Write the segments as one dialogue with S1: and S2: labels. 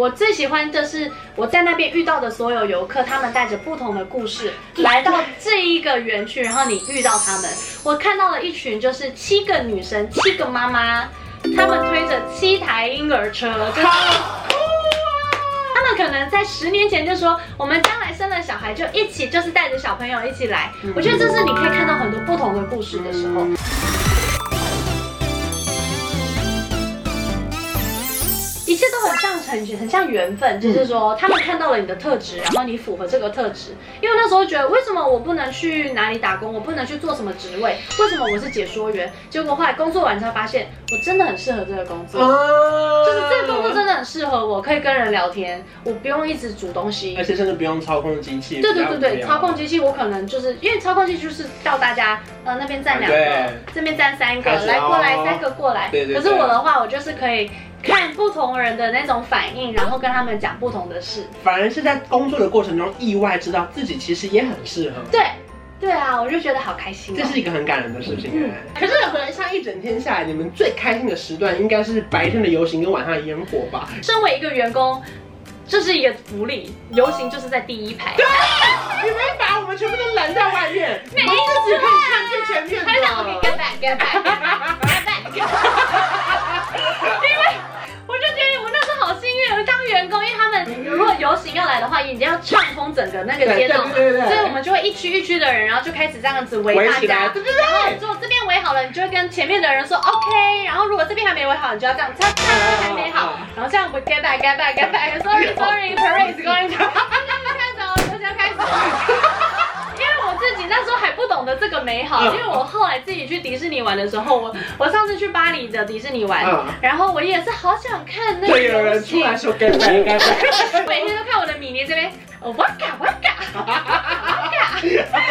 S1: 我最喜欢的是我在那边遇到的所有游客，他们带着不同的故事来到这一个园区，然后你遇到他们。我看到了一群就是七个女生，七个妈妈，她们推着七台婴儿车，就是他们可能在十年前就说，我们将来生了小孩就一起，就是带着小朋友一起来。我觉得这是你可以看到很多不同的故事的时候。一切都很像很很像缘分，就是说他们看到了你的特质，然后你符合这个特质。因为那时候觉得，为什么我不能去哪里打工，我不能去做什么职位？为什么我是解说员？结果后来工作完才发现，我真的很适合这个工作。
S2: 啊，
S1: 就是这个工作真的很适合我，可以跟人聊天，我不用一直煮东西
S2: 而。且甚至不用操控机器。
S1: 对对
S2: 呃不
S1: 对
S2: 要
S1: 对，操控机器我可能就是因为操控机器就是叫大家，呃那边站两个
S2: 对，
S1: 这边站三个
S2: 开，始
S1: 来过来
S2: 哦
S1: 三个过来。
S2: 对对对
S1: 可是我的话，我就是可以看不同人的那种反应，然后跟他们讲不同的事。
S2: 反而是在工作的过程中意外知道自己其实也很适合，
S1: 对，对啊，我就觉得好开心、哦。
S2: 这是一个很感人的事情
S1: 嗯
S2: 哎。可是回来像一整天下来，你们最开心的时段应该是白天的游行跟晚上的烟火吧？
S1: 身为一个员工，这是一个福利，游行就是在第一排。
S2: 你们把我们全部都拦在外面，
S1: 嗯 每一
S2: 我们自己可以看最前面
S1: 他就想
S2: 的
S1: OK，。跟板跟板跟板跟板， 因为我就觉得我那时候好幸运，哦当员工，因为他们如果游行要来的话，一定要畅通整个那个街道嘛，
S2: 对对对对对
S1: 所以我们就会一区一区的人，然后就开始这样子围
S2: 围
S1: 大
S2: 起来
S1: 家，
S2: 对
S1: 然后你坐这边围好了，你就会跟前面的人说 OK，然后如果这边还没围好，你就要这样，他
S2: 哦
S1: 他还没好，然后这样我们 get back get back get back，sorry sorry parade is going，to- 开始哦，大家开始哦。因为我自己那时候还不懂得这个美好，因
S2: 嗯
S1: 为我后来自己去迪士尼玩的时候，我我上次去巴黎的迪士尼玩
S2: 嗯，
S1: 然后我也是好想看那个
S2: 对，有
S1: 游
S2: 人出
S1: 戏，
S2: 来说该拜该拜。
S1: 每天都看我的米妮这边，哦哇嘎哇嘎哇嘎，我就觉得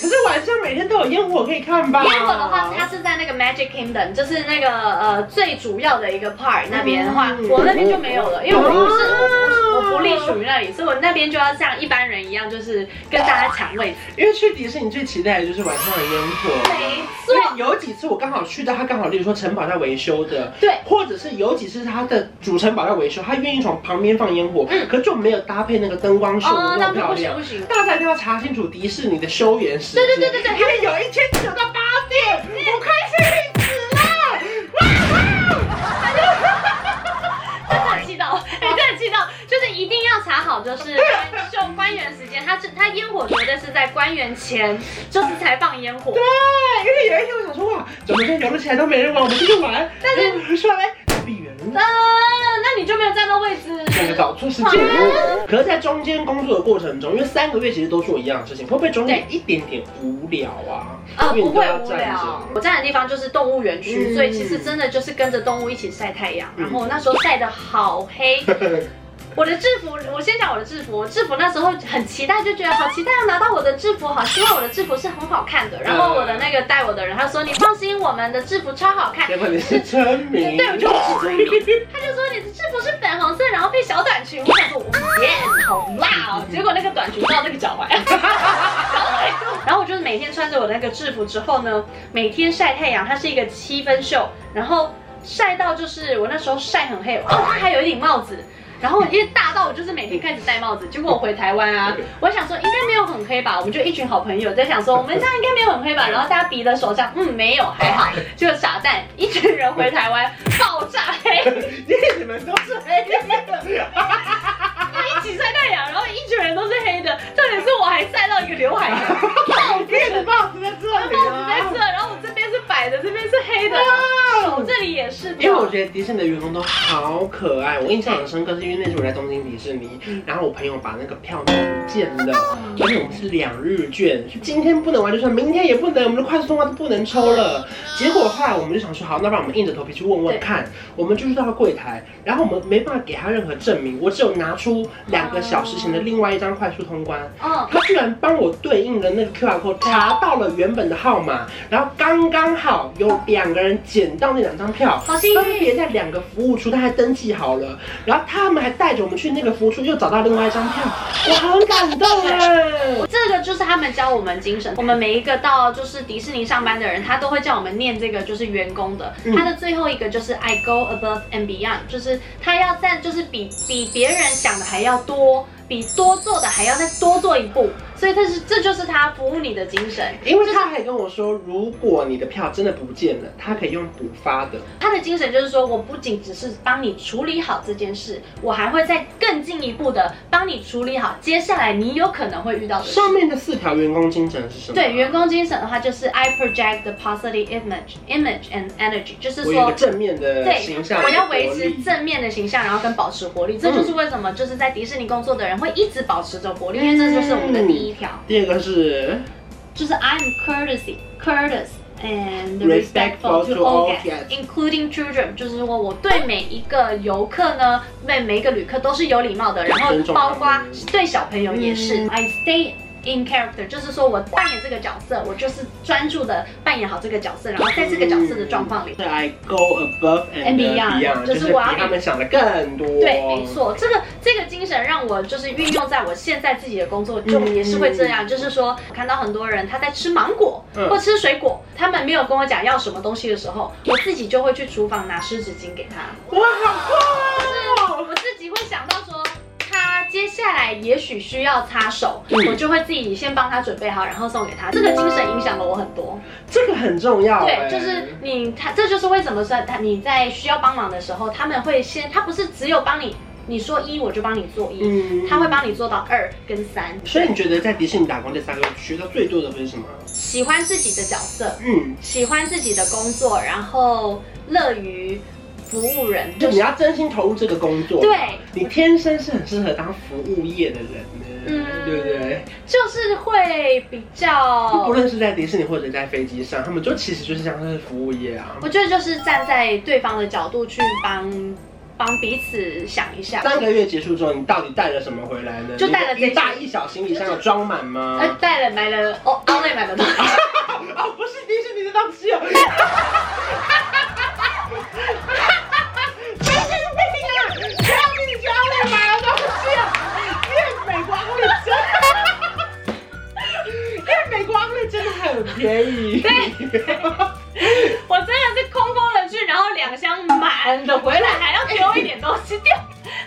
S2: 可是晚上每天都有烟火可以看吧？
S1: 哇。烟火的话，它是在那个 Magic Kingdom，就是那个呃最主要的一个 part 那边的话，
S2: 嗯哦
S1: 我那边就没有了，因为我不是我不是我不隶属于那里，所以我那边就要像一般人一样，就是跟大家抢位置。
S2: 因为去迪士尼最期待的就是晚上的烟火。
S1: 没
S2: 因
S1: 错
S2: 为。有几次我刚好去到，它刚好，例如说城堡在维修的，
S1: 对
S2: 或者是有几次它的主城堡在维修，它愿意从旁边放烟火，可就没有搭配那个灯光秀
S1: 嗯哦
S2: 的，
S1: 那
S2: 那么
S1: 不不
S2: 漂
S1: 行
S2: 亮
S1: 不。行。
S2: 大家一定要查清楚迪士尼的休园时间。
S1: 对对对对对
S2: 因为有一天九到八点，我快气死了。
S1: 真的很气 到，哎，真的很气到，就是一定要查好，就是官秀官员时间，它是它烟火绝对是在官员前，就是才放烟火。
S2: 哎对，因为有一天我想说哇，怎么这游乐起来都没人玩，我们继续玩。
S1: 但是
S2: 是说哎，闭园
S1: 呃
S2: 了。，
S1: 那你就没有站到位置。
S2: 整个搞错事情，
S1: 啊
S2: 可是，在中间工作的过程中，因为三个月其实都做一样的事情，会不会中间有一点点无聊啊？
S1: 啊，
S2: 因为
S1: 不
S2: 你都
S1: 会
S2: 要
S1: 无
S2: 站着
S1: 聊。我站的地方就是动物园区，
S2: 嗯
S1: 所以其实真的就是跟着动物一起晒太阳。
S2: 嗯
S1: 然后我那时候晒得好 黑，我的制服，我先讲我的制服。我制服那时候很期待，就觉得好期待要拿到我的制服，好希望我的制服是很好看的。然后我的那个带我的人，他说你放心，我们的制服超好看。
S2: 结果你是真名，
S1: 对，我就他就说你的制服是粉红色，然后配小短裙。我想说，哇，yes，好辣哦！结果那个短裙到那个脚踝，小腿肚。然后我就是每天穿着我那个制服之后呢，每天晒太阳，它是一个七分袖，然后晒到就是我那时候晒很黑，哦，它还有一顶帽子。然后我一大到我就是每天开始戴帽子，结果我回台湾啊，我想说应该没有很黑吧，我们就一群好朋友在想说我们这样应该没有很黑吧，然后大家比了手这样，嗯，没有，还好，就傻蛋，一群人回台湾爆炸黑，
S2: 你们都是黑 的，
S1: 啊一起晒太阳，然后一群人都是黑的，重点是我还晒到一个刘海黑，
S2: 好啊骗的
S1: 啊
S2: 帽子在这里
S1: 帽子在
S2: 啊
S1: 这，！然后我这边是白的，这边是黑的，手这里也是的，
S2: 哦因为我觉得迪士尼的员工都好可爱，我印象很深刻，是因为那时候我在东京迪士尼，
S1: 嗯
S2: 然后我朋友把那个票弄不见了，而且我们是两日券，今天不能玩就算，明天也不能，我们的快速通话都不能抽了。结果后来我们就想说，好，那不然我们硬着头皮去问问看。我们就是到柜台，然后我们没办法给他任何证明，我只有拿出两个小时前
S1: 哦
S2: 的另外一张快速通关，
S1: 嗯，
S2: 他居然帮我对应了那个 QR code，查到了原本的号码，然后刚刚好有两个人捡到那两张票，
S1: 好幸运
S2: 分别在两个服务处，他还登记好了，然后他们还带着我们去那个服务处又找到另外一张票，我很感动哎。
S1: 这这个就是他们教我们精神。我们每一个到就是迪士尼上班的人，他都会叫我们念这个就是员工的。
S2: 嗯
S1: 他的最后一个就是 I go above and beyond，就是他要在就是比比别人想的还要多，比多做的还要再多做一步。所以这是这就是他服务你的精神。
S2: 因为他还跟我说，如果你的票真的不见了，他可以用补发的。
S1: 他的精神就是说，我不仅只是帮你处理好这件事，我还会再更进一步的帮你处理好接下来你有可能会遇到的事
S2: 上。面的四条员工精神是什么？
S1: 对员工精神的话，就是 I project the positive image, image and energy，就是
S2: 我有一个
S1: 说。
S2: 正面的
S1: 对
S2: 形象，，嗯
S1: 我要维
S2: 活
S1: 持
S2: 力
S1: 正面的形象，然后跟保持活力，这就是为什么就是在迪士尼工作的人会一直保持着活力，因为这就是我们的第一条，
S2: 第二个是
S1: 就是 I'm courtesy, courteous and
S2: Respectful
S1: respectful
S2: to
S1: to all
S2: all guests
S1: guests, including children，就是说我对每一个游客呢，对每一个旅客都是有礼貌的，然后
S2: 尊重他
S1: 包
S2: 们
S1: 括对小朋友也是。
S2: 嗯
S1: I stay in character，就是说我扮演这个角色，我就是专注的扮演好这个角色，然后在这个角色的状况里。
S2: 是嗯 I go above and
S1: And beyond，
S2: beyond，
S1: 就是
S2: 是比
S1: 我要
S2: 他们想的更多。
S1: 对，没。错，这个这个精神让我就是运用在我现在自己的工作中，
S2: 嗯
S1: 也是会这样。就是说，我看到很多人他在吃芒果
S2: 嗯
S1: 或吃水果，他们没有跟我讲要什么东西的时候，我自己就会去厨房拿湿纸巾给他。
S2: 哇，好酷哦！
S1: 我自己会想到说，他接下来也许需要擦手，
S2: 嗯
S1: 我就会自己先帮他准备好，然后送给他。这个精神影响了我很多。
S2: 这个很重要哎。
S1: 对，就是你他，这就是为什么说他你在需要帮忙的时候，他们会先，他不是只有帮你，你说一我就帮你做一，
S2: 嗯
S1: 他会。帮你做到二跟三。
S2: 所以你觉得在迪士尼打工这三个学到最多的会是什么？
S1: 喜欢自己的角色，
S2: 嗯，
S1: 喜欢自己的工作，然后乐于服务人，
S2: 就
S1: 就
S2: 你
S1: 是
S2: 要真心投入这个工作。，
S1: 对，
S2: 你天生是很适合当服务业的人呢，
S1: 嗯
S2: 对不对？
S1: 就是会比
S2: 就不
S1: 较。
S2: 论是在迪士尼或者在飞机上，他们就其实就是像是服务业啊。
S1: 我觉得就是站在对方的角度去帮帮彼此想一下。
S2: 三个月结束之后，你到底带了什么回来呢？
S1: 就带了
S2: 你的
S1: 这
S2: 一大一小行李箱有装满吗？
S1: 呃，带了买了哦，奥莱买了东西，
S2: 哦，不是迪士尼的东西哦。
S1: 啊
S2: 啊便宜，
S1: 我真的是空空的去，然后两箱满的回来，还要丢一点东西 掉。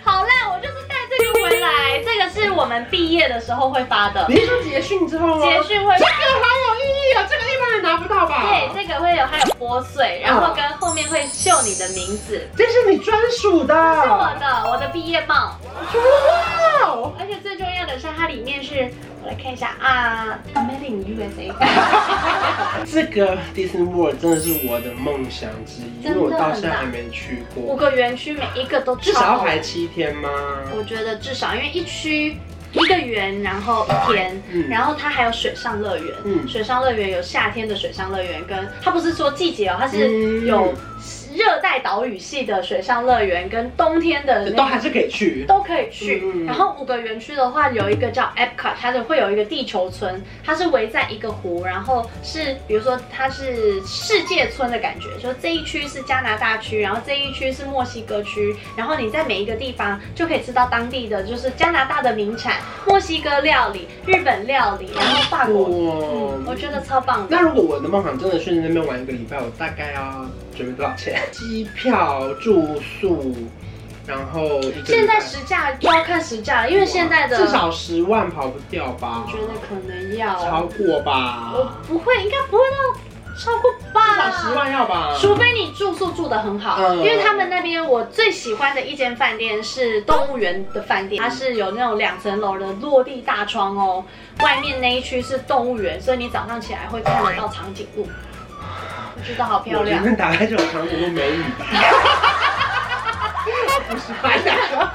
S1: 好啦，我就是带这个回来，这个是我们毕业的时候会发的，
S2: 你是说结训之后吗？
S1: 结训会
S2: 这个好有意义啊，这个一般人拿不到吧？
S1: 对，这个会有还有剥碎，然后跟后面会绣你的名字，
S2: 这是你专属的。
S1: 是我的我的毕业帽，
S2: 哇哦！
S1: 而且最重要的是它里面是，我来看一下啊，Made in USA。
S2: 这个 Disney World 真的是我的梦想之一，因
S1: 真的
S2: 为我到现在还没去
S1: 五
S2: 过。
S1: 个园区每一个都
S2: 至少
S1: 超
S2: 要
S1: 好
S2: 排七天吗？
S1: 我觉得至少因为一区一个园，然后一天，
S2: 嗯
S1: 然后它还有水上乐园。
S2: 嗯
S1: 水上乐园有夏天的水上乐园，跟它不是说季节哦，它
S2: 嗯
S1: 是有热带岛屿系的水上乐园，跟冬天的那个
S2: 呃都还是可以去。
S1: 都可以去。
S2: 嗯
S1: 然后五个园区的话，有一个叫 Epcot，它的会有一个地球村，它是围在一个湖，然后是比如说它是世界村的感觉，就这一区是加拿大区，然后这一区是墨西哥区，然后你在每一个地方就可以吃到当地的就是加拿大的名产、墨西哥料理、日本料理，然后法国，嗯，我
S2: 哇！
S1: 觉得超棒的。
S2: 那如果我的梦想真的去那边玩一个礼拜，我大概要准备多少 钱？机票、住宿，然后一个礼拜
S1: 现在时价就要看时价了，因为现在的
S2: 至少十万跑不掉吧？
S1: 我觉得可能要，
S2: 超过
S1: 我
S2: 吧？
S1: 不会，应该不会到超过吧？
S2: 至少十万要吧？
S1: 除非你住宿住得很好，
S2: 嗯
S1: 因为他们那边我最喜欢的一间饭店是动物园的饭店，它是有那种两层楼的落地大窗哦，外面那一区是动物园，所以你早上起来会看得到长颈鹿，我觉得好漂
S2: 我前
S1: 亮。
S2: 面打开这种长颈鹿美女吧？ 不是白打的。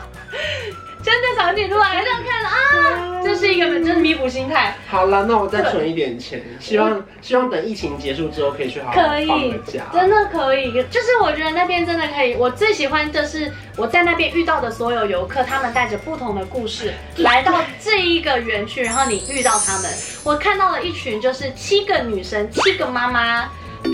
S1: 真的长颈鹿啊，这样看了
S2: 嗯
S1: 啊， 这是一个真的弥补心态。
S2: 好了，那我再存一点钱，希望希望等疫情结束之后可以去好好
S1: 可以
S2: 放个假。
S1: 真的可以，就是我觉得那边真的可以。我最喜欢的是我在那边遇到的所有游客，他们带着不同的故事来到这一个园区，然后你遇到他们，我看到了一群就是七个女生，七个妈妈，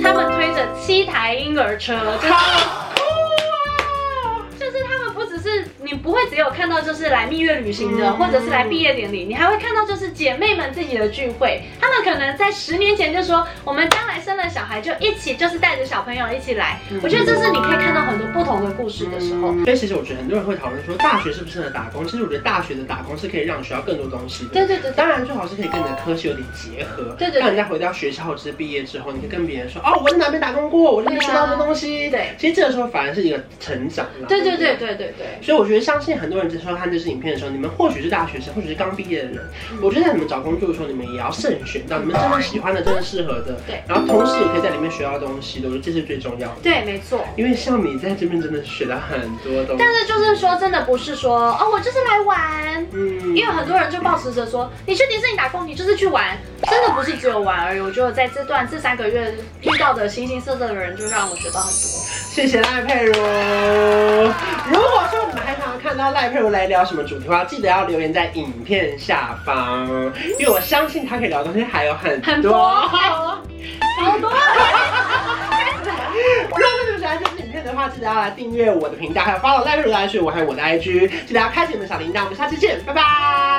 S1: 他们推着七台婴儿车，就是
S2: 好酷啊
S1: 就是他们不只是你不会只有看到就是来蜜月旅行的，
S2: 嗯
S1: 或者是来毕业典礼，你还会看到就是姐妹们自己的聚会。她们可能在十年前就说，我们将来生了小孩就一起，就是带着小朋友一起来。
S2: 嗯
S1: 我觉得这是你可以看到很多不同的故事的时候。
S2: 所以其实我觉得很多人会讨论说大学适不适合打工，其实我觉得大学的打工是可以让你学到更多东西的。
S1: 对对对对
S2: 当然最好是可以跟你的科系有点结合，
S1: 对对对
S2: 让人家回到学校或者是毕业之后，你可以跟别人说，哦，我在哪边打工过，我这边学到的东西。
S1: 对
S2: 其实这个时候反而是一个成长啦。
S1: 对对
S2: 不
S1: 对。对对对。
S2: 所以我觉得，相信很多人在收看这支影片的时候，你们或许是大学生，或许是刚毕业的人。
S1: 嗯
S2: 我觉得在你们找工作的时候，你们也要慎选到你们真正喜欢的、真正适合的。
S1: 对
S2: 然后同时也可以在里面学到东西的，我觉得这是最重要的。
S1: 对，没错。
S2: 因为像你在这边真的学到很多东西。
S1: 但是就是说，真的不是说哦，我就是来玩。
S2: 嗯
S1: 因为很多人就抱持着说，你去迪士尼打工，你就是去玩，真的不是只有玩而已。我觉得在这段这三个月遇到的形形色色的人，就让我学到很多。
S2: 谢谢赖佩如。如果说你们还想要看到赖佩如来聊什么主题的话，记得要留言在影片下方，因为我相信她可以聊的东西还有很多。
S1: 很多，好多。开始了
S2: 如果你们喜欢这支影片的话，记得要来订阅我的频道，还有 follow 赖佩如的 IG，我还有我的 IG，记得要开启你们的小铃铛。我们下期见，拜拜。